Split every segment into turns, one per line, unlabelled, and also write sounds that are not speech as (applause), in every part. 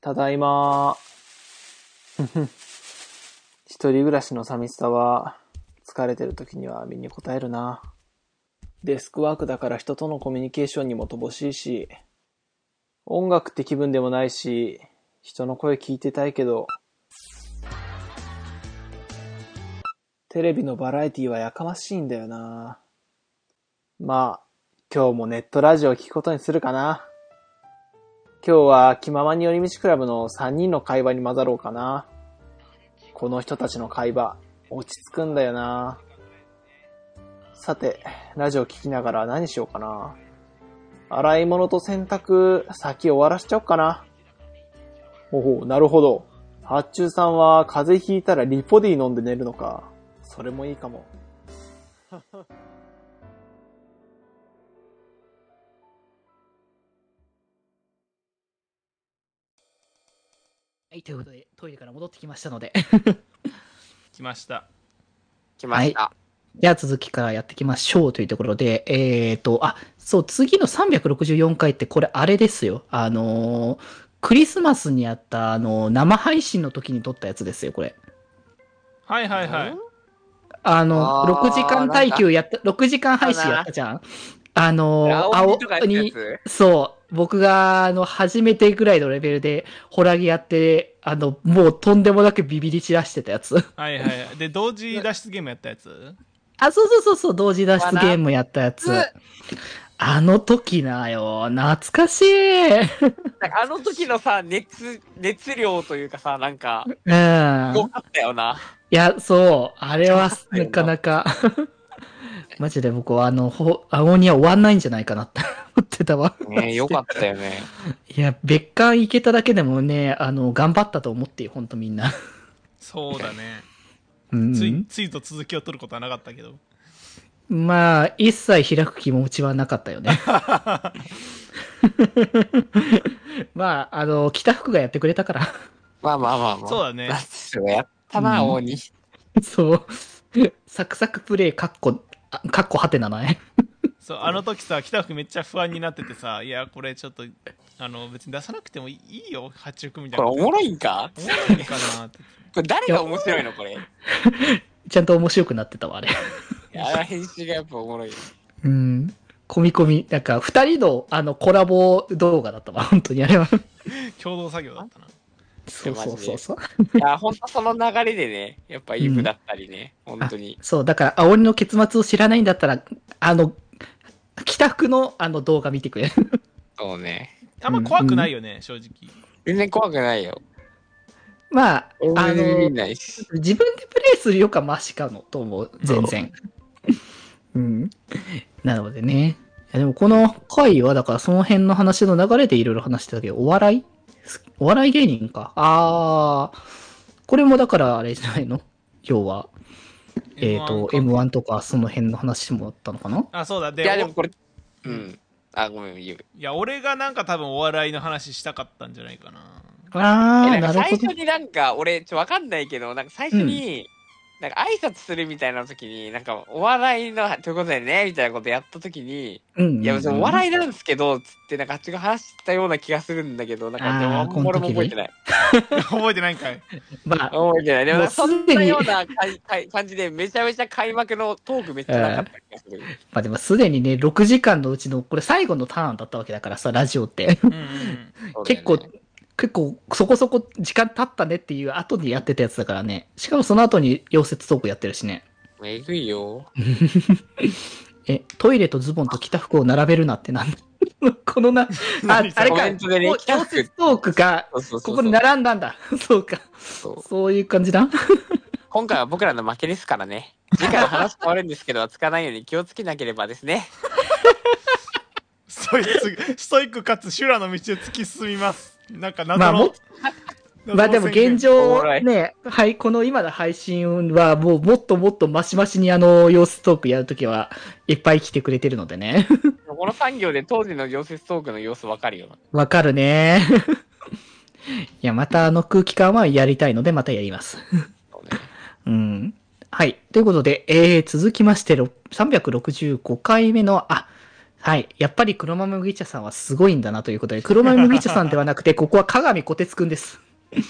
ただいま (laughs) ー。一人暮らしの寂しさは、疲れてる時には身に応えるな。デスクワークだから人とのコミュニケーションにも乏しいし、音楽って気分でもないし、人の声聞いてたいけど、テレビのバラエティはやかましいんだよな。まあ、今日もネットラジオを聞くことにするかな。今日は気ままに寄り道クラブの3人の会話に混ざろうかな。この人たちの会話、落ち着くんだよな。さて、ラジオ聞きながら何しようかな。洗い物と洗濯、先終わらしちゃおうかな。おお、なるほど。発注さんは風邪ひいたらリポディ飲んで寝るのか。それもいいかも。
はい、ということで、トイレから戻ってきましたので。 (laughs)
来ました。
来ました。
では続きからやっていきましょうというところで、えーと、あ、そう、次の364回ってこれあれですよ。あのークリスマスにやった、あのー生配信の時に撮ったやつですよ、これ。
はいはいはい。
あの、
あー
6時間耐久やった、6時間配信やったじゃん。あのー、
青鬼とかやったや
に、
つ
そう、僕が、あの、初めてぐらいのレベルで、ホラギやって、あの、もうとんでもなくビビり散らしてたやつ。
はいはいはい。で、同時脱出ゲームやったやつ
あ、そうそうそうそう、同時脱出ゲームやったやつ
わな。
あの時なよ、懐かしい。うん。
なんかあの時のさ、熱、熱量というかさ、なんか、
い
多かったよな。
や、そう、あれは
うだ
な
よ
か
な
なか。 (laughs) マジで僕はあの、ほ、青には終わんないんじゃないかなって (laughs) 思ってたわ。
ねよかったよね。
いや、別館行けただけでもね、あの、頑張ったと思ってよ、ほんとみんな。
そうだね。
うん
つい、ついと続きを取ることはなかったけど。
まあ、一切開く気持ちはなかったよね。 (laughs) まあ、あの、北福がやってくれたから。
(laughs) まあまあまあまあ。
そう
う
だね。
やったな、
うん
大に。
そう。 (laughs) サクサクプレイ、カッコ、あカッコはてなのね。
そう、あの時さ、北福めっちゃ不安になっててさ、いや、これちょっと、あの、別に出さなくてもいいよ、八中みたい
これ
な。
おもろいんか
おもろいかなって。
これ誰が面白いのこれ。い
ちゃんと面白くなってたわ、あれ。
やあの編集がやっぱおもろい。
うん。コミコミ、なんか、二人の、あの、コラボ動画だったわ、本 (laughs) 当にあれは。
共同作業だったな。
そうそうそうそう。
いや、ほんとその流れでね、やっぱイブだったりね、ほんとに。
そう、だから、煽りの結末を知らないんだったら、あの、北福の、あの、動画見てくれ。
そうね。
あんま怖くないよね、正直。
全然怖くないよ。
(laughs) まあ、あ
俺全然
の
見、ないし。
自分でプレイするよりかマシかのと思う全然うんなのでねいやでもこの回はだからその辺の話の流れでいろいろ話してたけどお笑いお笑い芸人かああこれもだからあれじゃないの要はえっ、と
M1
M1 とかその辺の話もあったのかな
あ、そうだ。で、
いや、で
お
もこれ、うん。あ、ごめん、イブ。
いや、俺がなんか多分お笑いの話したかったんじゃないかな。
あ
え
あ
なんか
な
最
るほ
初
ど
になんか俺ちょわかんないけどなんか最初に、なんか挨拶するみたいな時になんかお笑いのということでねみたいなことやった時に、
うん
いや別にお笑
い
いなんですけどつってなんかあっちが話したような気がするんだけどなんかでも
あ
あ
ー
んま俺も
この
覚
時
え
ね
てない
覚えてないんか
(laughs)
い。
まあ
覚えてないでも
もう
な
ん
か
す
そ
でに
んなようなかい (laughs) かい感じでめちゃめちゃ開幕のトークめっちゃなかった気がする、
まあでもすでにね6時間のうちのこれ最後のターンだったわけだからさラジオって
うんうんうん。
そうだよね
結構、結構そこそこ時間経ったねっていう後にやってたやつだからね。しかもその後に溶接トークやってるしね。
えぐいよ
え、トイレとズボンと着た服を並べるなってなんだ (laughs) この
(laughs)
な、あ、あれ
コ
か、
メントでね
もう溶接トークか、
そうそうそ
こ
う
こに並んだんだ。 (laughs) そうか。
そう
そういう感じだ。
今回は僕らの負けですからね次回は話変わるんですけど扱わないように気をつけなければですね
ストイック、ストイックかつ修羅の道を突き進みます。なんか謎
まあ
の
も。まあでも現
謎の宣言。
お
状
もろい
ね、はい、この今の配信はもうもっともっとマシマシにあの、様子トークやるときはいっぱい来てくれてるのでね。
この産業で当時の溶接トークの様子わかるよな。
わかるね。 (laughs) いや、またあの空気感はやりたいので、またやります。
そうね
うん。はい。ということで、えー、続きまして、ろ365回目の、あ、はい。やっぱり黒豆麦茶さんはすごいんだなということで、黒豆麦茶さんではなく (laughs) て、ここは加賀美小鉄くんです。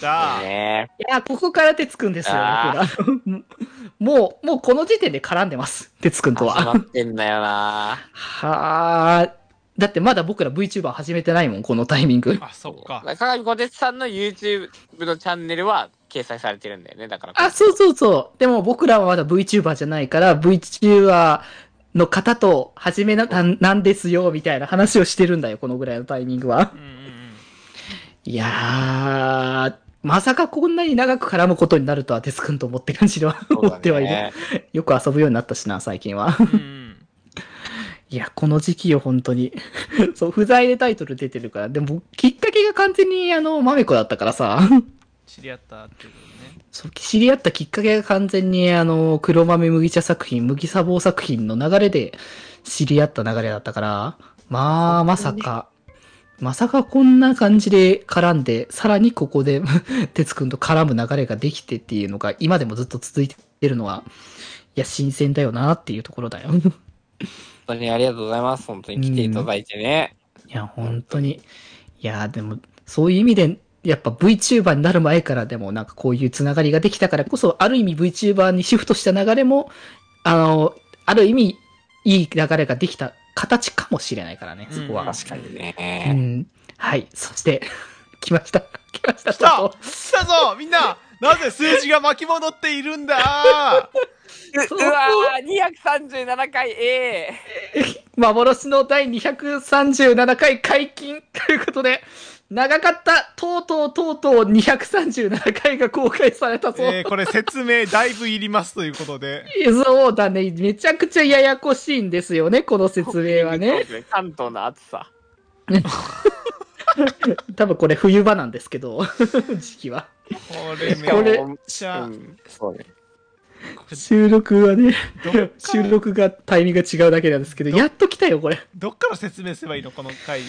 だあ
ね
いや、ここから鉄くんですよ、僕
あ
ら。もう、もうこの時点で絡んでます。鉄くんと
始ま
は。
ってんだよな
はあ。だってまだ僕ら VTuber 始めてないもん、このタイミング。
あそっか
鏡小鉄さんの YouTube のチャンネルは掲載されてるんだよねだから
あ、そうそうそう。でも僕らはまだ VTuber じゃないから、VTuber の方と始めな、なんなんですよ、みたいな話をしてるんだよ、このぐらいのタイミングは
う。んうんうん
いやー、まさかこんなに長く絡むことになるとは、鉄くんと思って感じでは、
そうだね
思ってはいる。よく遊ぶようになったしな、最近は。
うんうん
いや、この時期よ、本当に。 (laughs) そう、不在でタイトル出てるから。でも、きっかけが完全に、あの、まめこだったからさ。
知り合ったっていうことね
そう知り合ったきっかけが完全に、あの、黒豆麦茶作品、麦砂防作品の流れで知り合った流れだったから、まあ、まさか、まさかこんな感じで絡んで、さらにここで、 (laughs) 哲くんと絡む流れができてっていうのが、今でもずっと続いてるのは、いや、新鮮だよなっていうところだよ。
本当にありがとうございます本当に来ていただいてね、
いや、本当に。いや、でも、そういう意味で、やっぱ VTuber になる前からでも、なんかこういうつながりができたからこそ、ある意味 VTuber にシフトした流れも、あの、ある意味、いい流れができた形かもしれないからね、そこは。
確かに
う
ね、
ん。はい。そして、 (laughs) 来ました。来ました。
来た来たぞみんななぜ数字が巻き戻っている
(laughs)
んだ
う
そう
うわー237回 A
幻の第237回解禁ということで、長かった。とうとうとうとう237回が公開されたぞ。
えーこれ説明だいぶいりますということで
そうだね。めちゃくちゃややこしいんですよね、この説明はね。
そうです関東の暑さ
多分これ冬場なんですけど、 (laughs) 時期は。
これ
し
め
かも
これ
っちゃ
うんそうね
収録はね、
どっ
収録がタイミングが違うだけなんですけど、
ど
やっと来たよ、これ。
どっから説明すればいいのこの回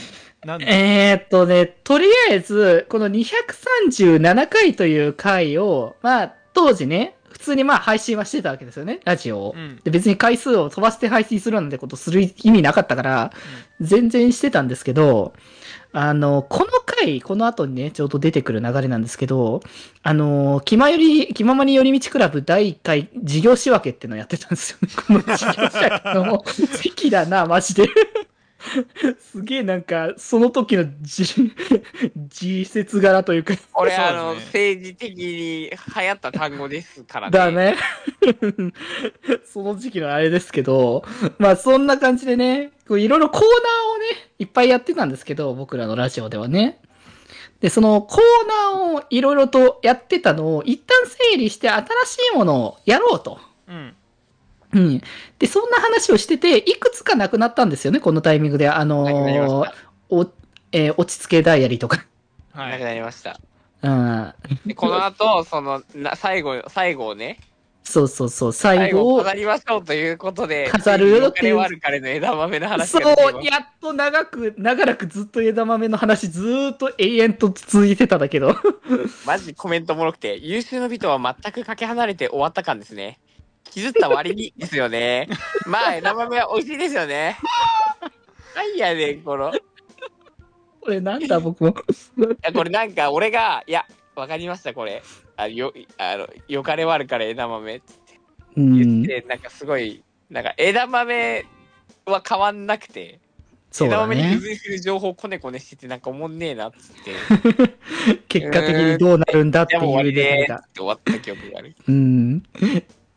なんで
えー、っとね、とりあえず、この237回という回を、まあ、当時ね、普通にまあ配信はしてたわけですよね、ラジオを。
うん
で別に回数を飛ばして配信するなんてことする意味なかったから、全然してたんですけど、あの、この回、この後にね、ちょうど出てくる流れなんですけど、あの、気まより、気ままに寄り道クラブ第1回事業仕分けってのをやってたんですよね。 (laughs) この事業仕分けの時期だな、マジで。すげえなんか、その時のじ、 (laughs) 自説柄というか、
そうで
俺、
すね
あの政治的に流行った単語ですからね
だね。 (laughs) その時期のあれですけど、まあそんな感じでね、こういろいろコーナーをね、いっぱいやってたんですけど、僕らのラジオではね。で、そのコーナーをいろいろとやってたのを一旦整理して新しいものをやろうと。
うん
うん。で、そんな話をしてて、いくつかなくなったんですよね、このタイミングで。あの
なくなりまし
ー
た
お、えー落ち着けダイアリーとか。
は
ないくなりました
うん。
でこの後そのな最後最後をね
そうそうそう、最
最
後
後を
を
飾りましょうということで
飾るよっ
ってて
い
いうう悪かれの枝豆の話
そ
が出てきま
う、やっと長く、長らくずっと枝豆の話ずーっと永遠と続いてたんだけど。 (laughs)
すマジコメントもろくて優秀の人は全くかけ離れて終わった感ですね傷った割にです
(laughs)
よねまあ枝豆は美味しいですよねなんやねんこの
これなんだ僕も。
いやこれなんか俺が「いやわかりましたこれあよあのよかれ悪かれ枝豆」って
う
言っ
ん。
て、なんかすごいなんか枝豆は変わんなくて、
そう
枝
だ
豆に
ね
付。随する情報こねこねしててなんかおもんねえなっつって「
結果的にどうなるんだって
じゃあもう終
いう
わりで
出
ーす」
た
っ。て終わった記憶があ
(laughs)
る
うん。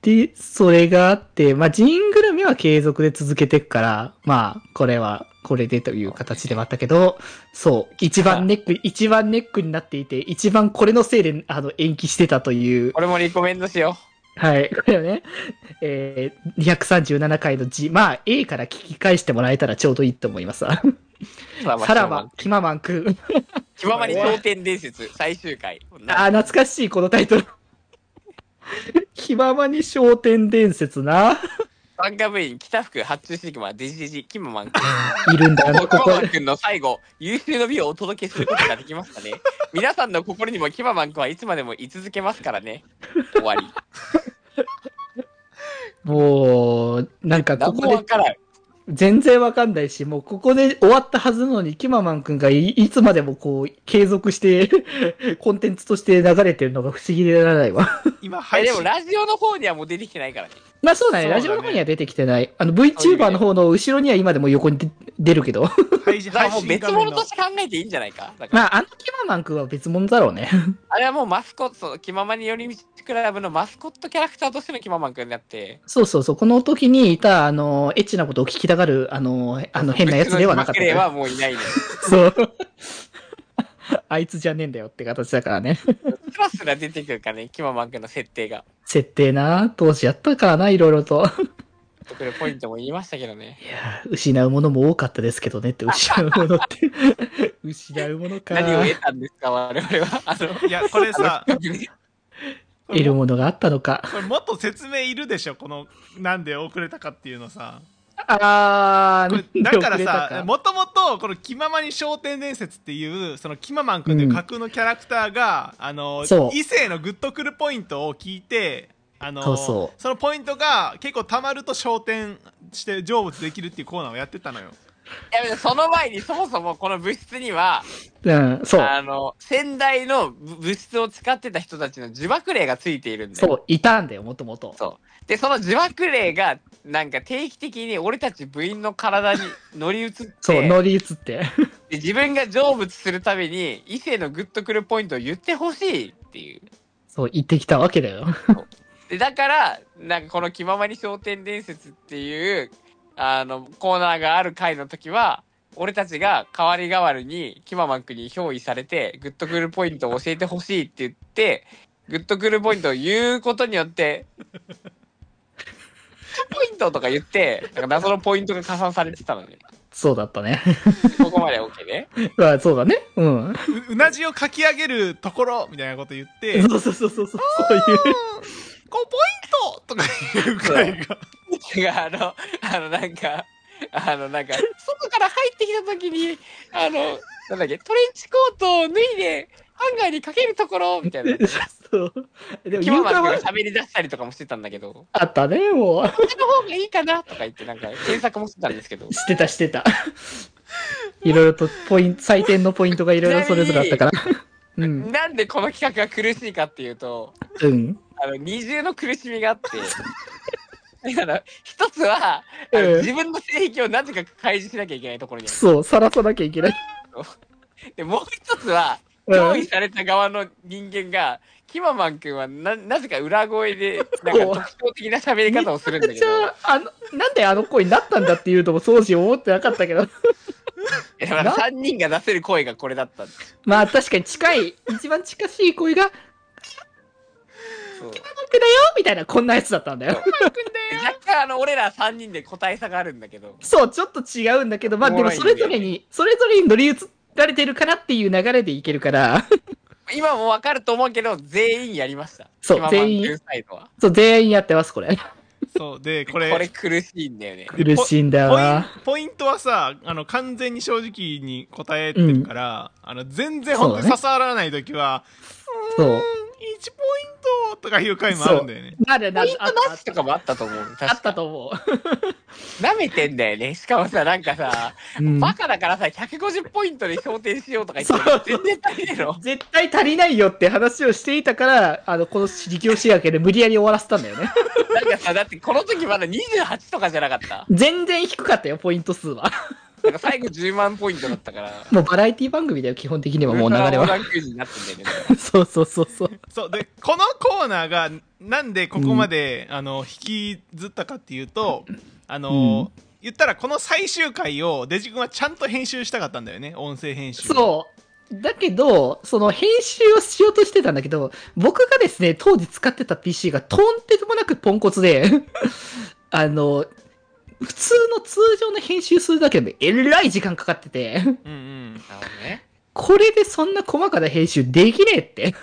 で、それがあって、まあ、ジングルメは継続で続けてくから、まあ、これは、これでという形ではあったけど、そう、一番ネック、一番ネックになっていて、一番これのせいで、あの、延期してたという。
俺もリコメンドしよ
はい、これはね、えー、237回の字、まあ、A から聞き返してもらえたらちょうどいいと思います。さ
うさ
らば、キママンくん。
気ままに蒼天伝説最終回
ああ、懐かしい、このタイトル。 (laughs) 気ままに商店伝説な。
漫画部員北福発注してき
(laughs)
まデジデジキママン君
いるんだな、こ
キマ
こ
マ。ン君の最後優秀の美をお届けすることができま
(laughs)
したね皆さんの心にもキママン君はいつまでも居続けますか
(laughs)
らね終わり
もう、なんか、
何
こ
も
こで
わ、からん
全然わかんないし、もうここで終わったはずなのに、キママンくんがいいつまでもこう、継続して、コンテンツとして流れてるのが不思議でならないわ。
今配
えで
信
もラジオの方にはもう出てきてないからね。
まあそうだね、
そうだ
ラ
ね
ジオの方には出てきてない。あの、VTuber の方の後ろには今でも横に出出るけど。 (laughs)
配信
だか
配
らもう
信
別
画面
物
の
として考えていいんじゃないか。だから
まあ、あのキママンくんは別物だろうね。 (laughs)
あれはもうマスコット、気ままに寄り道クラブのマスコットキャラクターとしての気ままんくんになって、
そうそうそう、この時にいた、あの、エッチなことを聞きたがる、あの、あの変なやつではなかった
別
か
の
ら
人はもういないね。
(laughs) そう。 (laughs) あいつじゃねえんだよって形だからね。
スラスラ出てくるからね、キママンくんの設定が。
設定な、当時やったからな、いろいろと。 (laughs)
特にポイントも言いましたけどね
い。やー、失うものも多かったですけどねって、失うものって。 (laughs) 失うものか。
何を得たんですか、我々は。あの、
いやこれさこ
得
れ
る
も
ものがあったのか。
これもっと説明いるでしょこのなんで遅れたかっていうのさ
あ (laughs)
こ
ー、
れだから
遅れ
さ
たか
もともとこの「キママに商店伝説」っていうそのキママンくんという架空のキャラクターが、あの
そう
異性のグッとくるポイントを聞いてあの
そうそ
のポイントが結構たまると昇天して成仏できるっていうコーナーをやってたのよ
いやでもその前にそもそもこの物質には、
うん、そう。
あの、先代の物質を使ってた人たちの自爆霊がついているんだよ。
そう、いたんだよ、もともと。
そう。で、その自爆霊が、なんか定期的に俺たち部員の体に乗り移って、
そう、乗り移 (laughs) って。
で自分が成仏するために、異性のグッとくるポイントを言ってほしいっていう。
そう、行ってきたわけだよ。
で、だから、なんかこの気ままに商店伝説っていう、あの、コーナーがある回の時は、俺たちが代わり代わりにキママンくんに憑依されて、グッとくるポイントを教えてほしいって言って、グッとくるポイントを言うことによって、ポイントとか言って、なんか謎のポイントが加算されてたのね。
(laughs) そうだったね。
ここまで OK ね。
(laughs) まあ、そうだね。うん。
ううなじをかき上げるところみたいなこと言って
(laughs)
(laughs)
そうそうそうそうそう、そういう。
5ポイントとかいう回が
てかあの、あの、なんか、あの、なんか、外から入ってきたときに、あの、なんだっけ、トレンチコートを脱いで、ハンガーにかけるところ、みたいな。
そう。でも、
キマ
勇
マン
敢
が
は
喋り出したりとかもしてたんだけど、こ
あったね、もう。
っちの方がいいかなとか言って、なんか、検索もしてたんですけど。
してた、してた。 (laughs) いろいろとポイント、採点のポイントがいろいろそれぞれあったから。うん、
なんでこの企画が苦しいかっていうと、
うん。
あの、二重の苦しみがあって、あの、一つは、あ
うん
の自分の性癖をなぜか開示しなきゃいけないところにあ
そう、さらさなきゃいけない。
る。で、もう一つは、
う
憑依
ん、
された側の人間が、キママン君はななぜか裏声で、なんか特徴的な喋り方をするんだけ
じ
ど
ゃ、あ、あの、なんであの声になったんだっていうとも、当時思ってなかったけど。
えだから3人が出せる声がこれだったんだ
まあ、確かに近い、一番近しい声が、なん
そうで
てだよみたいな、こんなやつだったんだよ。
若干あの俺ら3人で個体差があるんだけど、
そう、ちょっと違うんだけど、まあ、でもそれぞれに、それぞれに乗り移られてるからっていう流れでいけるから。 (laughs)
今もわかると思うけど、全員やりました。
そう
キママン君
全員
サイドは。
そう、全員やってます、これ。
そうでこ
これ
れ
苦しいんだよね。
苦しいんだよ
ポイン
な。
ポイントはさあの完全に正直に答えてるから、あの全然本当に
そうだね
刺さらない時は「う
そう
ーん1ポイント」とかいう回もあるんだよね
あるな
ポイン
あ
ト
ったあ
な
っ
したとかもあったと思う。確か
あったと思
舐めてんだよね。しかもさ、なんかさ、
う。うん
バカだからさ、150ポイントで評定しようとか言
そう
って、全然足りねえの。
絶対足りないよって話をしていたから、あの、この力を仕上げで無理やり終わらせたんだ
(laughs)
よね。
なんかさ、だってこの時まだ28とかじゃなかった。
全然低かったよ、ポイント数は。
なんか最後10万ポイントだったから。
もうバラエティ番組だよ、基本的にはもう流れ
ウルトラ
は。
モーダンクイズになってんだよね。だか
(laughs) そうそうそうそう。
そうでこのコーナーがなんでここまで、あの引きずったかっていうとあの、言ったらこの最終回をデジ君はちゃんと編集したかったんだよね音声編集
そう。だけど、その編集をしようとしてたんだけど、僕がですね、当時使ってた PC がとんでもなくポンコツで、 (laughs) あの、普通の通常の編集するだけでもえらい時間かかってて、
う、うんうん、
らね。
これでそんな細かな編集できねえって。
はい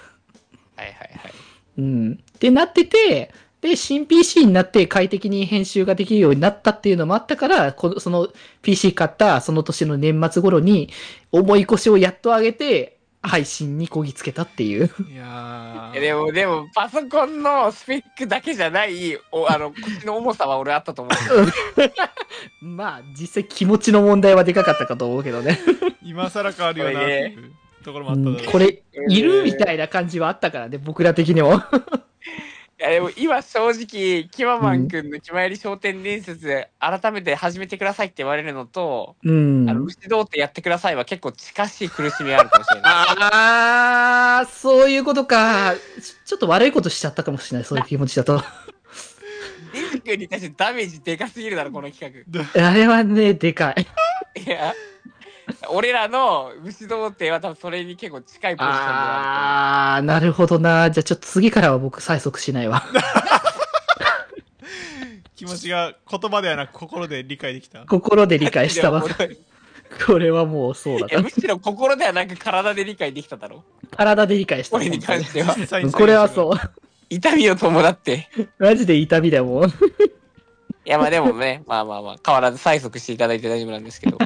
はいはい。
うん。ってなってて、で、新 PC になって快適に編集ができるようになったっていうのもあったから、このその PC 買ったその年の年末頃に、重い腰をやっと上げて、配信にこぎつけたっていう。 (laughs)
いや
いやで
ー
も、でも、パソコンのスペックだけじゃない、おあの、腰の重さは俺あったと思う。
まあ、実際気持ちの問題はでかかったかと思うけどね。
今更変わるよなっていうところもあっただろう
うんこれ、いるみたいな感じはあったからね、僕ら的にも。
いやでも今正直、キママン君のキマより商店伝説、改めて始めてくださいって言われるのと、
うん
あの、牛童ってやってくださいは結構近しい苦しみがあるかもしれない。
あー、そういうことか。ちちょっと悪いことしちゃったかもしれない、そういう気持ちだと。
リン君に対してダメージでかすぎるだろ、この企
あれはね、でかい。
画。いや、俺らの牛童っては多分それに結構近いポジションではあ
あー、なるほどな。じゃあちょっと次からは僕催促しない
(laughs)
わ。
気持ちが言葉ではなく心で理解できた
心で理
る
解したわ
い。や俺い
これはもうそうだ
や、
な
む。しろ心ではなく体で理解できただろ。
体で理解した。
俺に関し
(laughs)
(laughs)
ては。
実際に
これはそう。
痛みを伴って。
マジで痛みだよもん。 (laughs)
いや、まあでもね、まあまあまあ、変わらず催促していただいて大丈夫なんですけど。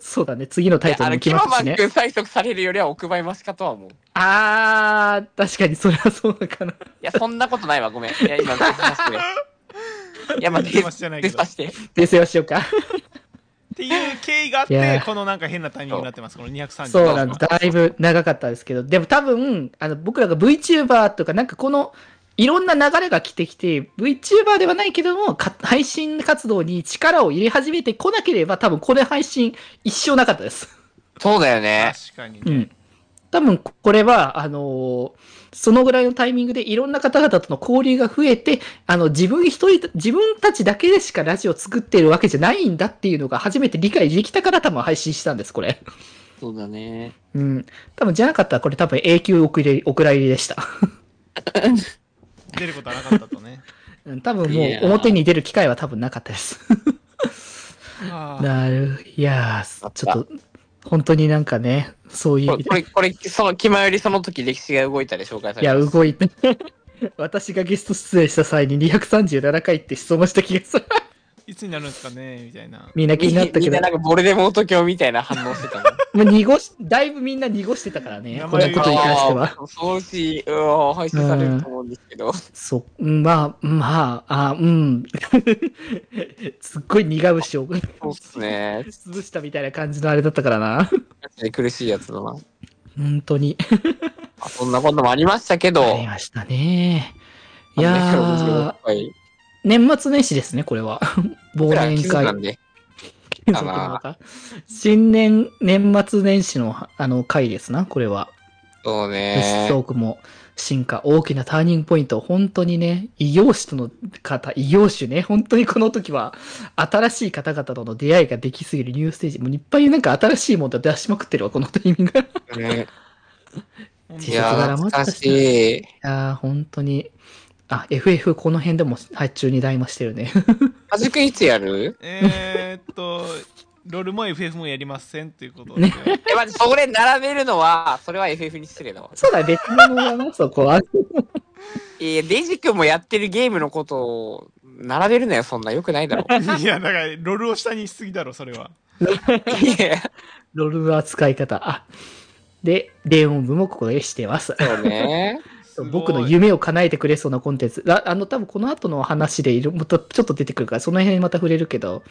そうだね、次のタイトル
あ
も
の、
決
キ
ま
マ
った
マ
し
ン
ね。
君催促されるよりは奥ばいマシかとは思う。い
あー、確かにそれはそうだかな。
や、そんなことないわ、ごめん。いや、今、出さして。
(laughs)
いや、まあ、
出
出
ましじゃないけ
出
ど
さ
っ
して。
訂正をしようか。
ていう経緯があっ
いや
て
ー
このなんか変なタイミングになってますこの230
そうなんです。だいぶ長かったですけど、でも多分、あの、僕らが VTuber とか、なんかこの、いろんな流れが来てきて、VTuber ではないけども、か配信活動に力を入れ始めてこなければ、多分これ配信一生なかったです。
そうだよね。
確かに
う
ね、
ん。 (laughs) 多分これは、あのーそのぐらいのタイミングでいろんな方々との交流が増えて、あの、自分一人、自分たちだけでしかラジオを作っているわけじゃないんだっていうのが初めて理解できたから多分配信したんです、これ。
そうだね。
うん。多分じゃなかったらこれ多分永久お蔵入りお蔵入りでした。 (laughs)
出ることはなかった
(laughs)
とね
うん多分
い
もう
やー
表に出る機会は多分なかったです。
あー
なる、いやー、ちょっと、本当になんかね、そういう
これ、これ、これその、キマよりその時歴史が動いたで紹介さ
い
れ
や、
る。
動いて。 (laughs) 私がゲスト出演した際に237回って質問した気がす
(laughs)
る。
いつになるんですかねみたいな
みんな気
み
になった
み
け
ん
ど
な、なんかボルデモート教みたいな反応してたもん。
もう濁し、だいぶみんな濁してたからね、
名
(laughs) この
前が
ことに関しては。
あーそうし、うん、配信されると思うんですけど。
そう、うんまあ、まあ、あうん。 (laughs) すっごい苦虫を (laughs)
そうっすね。
潰したみたいな感じのあれだったからな。
確かに苦しいやつだな。
本当に。
あそんなこともありましたけど。
ありましたね。いやー、
(laughs) はい。
年末年始ですね、これ
(laughs)
は。忘
僕ら
年
気づ
会
な。んで。
金属の中新年、年末年始の、あの、回ですな、これは。
そう
物
ね
質。トークも進化、大きなターニングポイント、本当にね、異業種との方、異業種ね、本当にこの時は、新しい方々との出会いができすぎるニューステージ、もういっぱいなんか新しいもの出しまくってるわ、このタイミング。 (laughs) い
ね
本
当
い
に
やー、懐かしい。
やー、本当に。あ、FF この辺でも発注に台ましてるね。 (laughs)
はじくいつやる
えー、っとロールも FF もやりませんということで、
え、まず、それ並べるのは、それは FF に失礼だわ。
そうだ、別物だな、そこは。
えー、デジ君もやってるゲームのことを、並べるのよ、そんな。よくな
(laughs)
いだろ。
いやだからロールを下にしすぎだろそれはい
や、
ロールの扱い方。あ、で、電音部もここでしてます。
そうね。
すごい
僕の夢を叶えてくれそうなコンテンツ。ああの、多分この後の話でいる、もっとちょっと出てくるから、その辺また触れるけど。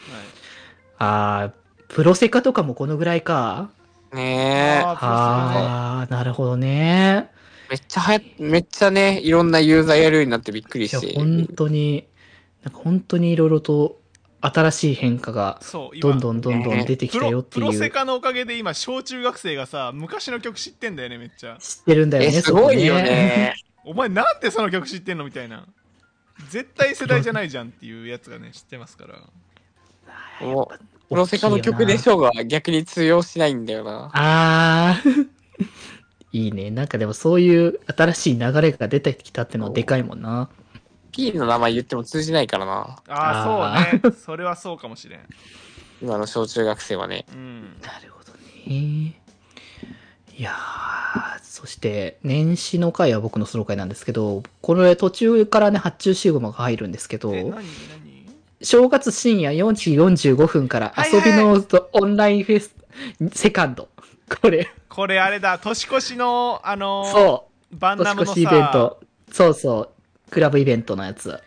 あー、プロセカとかもこのぐらいか。 (laughs)
ねえ。
あ
あー、なるほどね。
めっちゃはや、めっちゃね、いろんなユーザーやるようになってびっくり
いや、
して。
本当に、なんか本当にいろいろと新しい変化が
そう今
どんどんどんどん出てき
プ
たよ
ロ
って
プ
い
ロセ
う。
カのおかげで今小中学生がさ昔の曲知ってんだよねめっちゃ
知ってるんだよ
え、
ね、
す
そこ
ごいよ。ね。
お前なんでその曲知ってんのみたいな絶対世代じゃないじゃんっていうやつ (laughs) がね知ってますから
もう、プロセカの曲でしょうが、逆に通用しないんだよな。
あー。 (laughs) いいね。なんかでもそういう新しい流れが出てきたってのはでかいもんな。
P の名前言っても通じないからな。
ああそうね (laughs) それはそうかもしれん
今の小中学生はね。
うん
なるほどね。いやー、そして、年始の回は僕のソロ回なんですけど、これ途中からね、発注シグマが入るんですけど、
え何何
正月深夜4時45分から
はい
遊
はい
びのオンラインフェス、セカンド。これ、
これあれだ、年越しの、あのー
そ
バ
う。
ンナ
年
ム
越
の
しイベン
さ、
ト。そうそう。クラブイベントのやつ。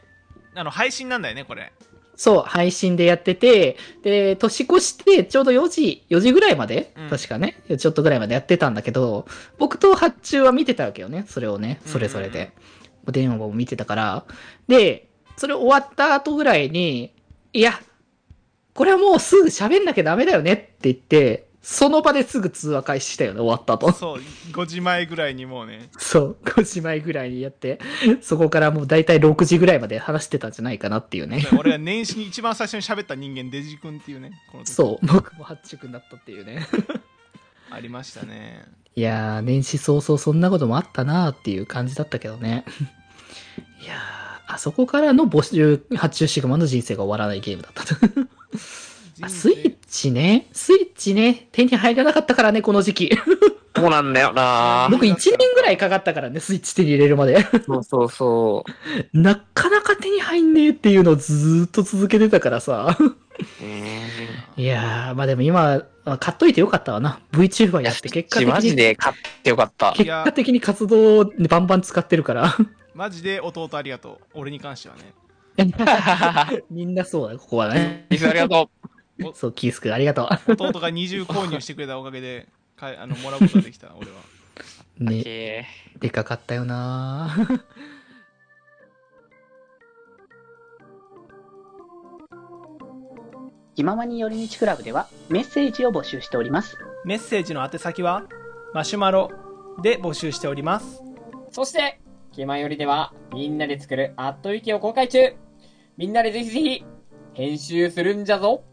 あの、配信なんだよね、これ。
そう、配信でやってて、で、年越して、ちょうど4時、4時ぐらいまで、
うん
確かね、ちょっとぐらいまでやってたんだけど、僕と発注は見てたわけよね、それをね、それぞれ
うんうん
で。お電話も見てたから。で、それ終わった後ぐらいに、いや、これはもうすぐ喋んなきゃダメだよねって言って、その場ですぐ通話開始したよね、終わった後。 (laughs)
そう、5時前ぐらいにもうね。
そう、5時前ぐらいにやって、そこからもう大体6時ぐらいまで話してたんじゃないかなっていうね。
俺が年始に一番最初に喋った人間、デジ君っていうね、この時
そう、僕も発注になったっていうね。
ありましたね。
いやー、年始早々そんなこともあったなーっていう感じだったけどね。 (laughs) いやー、あそこからの募集、発注シグマの人生が終わらないゲームだったと。あ、スイッチね。スイッチね。手に入らなかったからね、この時期。
そうなんだよな
僕1年ぐらいかかったからね、スイッチ手に入れるまで。 (laughs)
そうそうそ
なかなか手に入んねえっていうのをずーっと続けてたからさ。 (laughs)
う。うん
いやー、まあでも今、まあ買っといてよかったわな。VTuber やって結果的
マジ
に、
で買ってよかった。
結果的に活動をバンバン使ってるから。 (laughs)
マジで弟ありがとう。俺に関してはね。
みんなそうだ、ここはね。
リスありがと
お
そう、キースくん、ありがと
弟が二重購入してくれたおかげで、かいあのもらうことができた、俺は。
う。
う。
ね、
え
でかかったよなぁ
気ままに寄り道クラブではメッセージを募集しております。
メッセージの宛先は、マシュマロで募集しております。
そして、気まよりでは、みんなで作るあっという間を公開中みんなでぜひぜひ、編集するんじゃぞ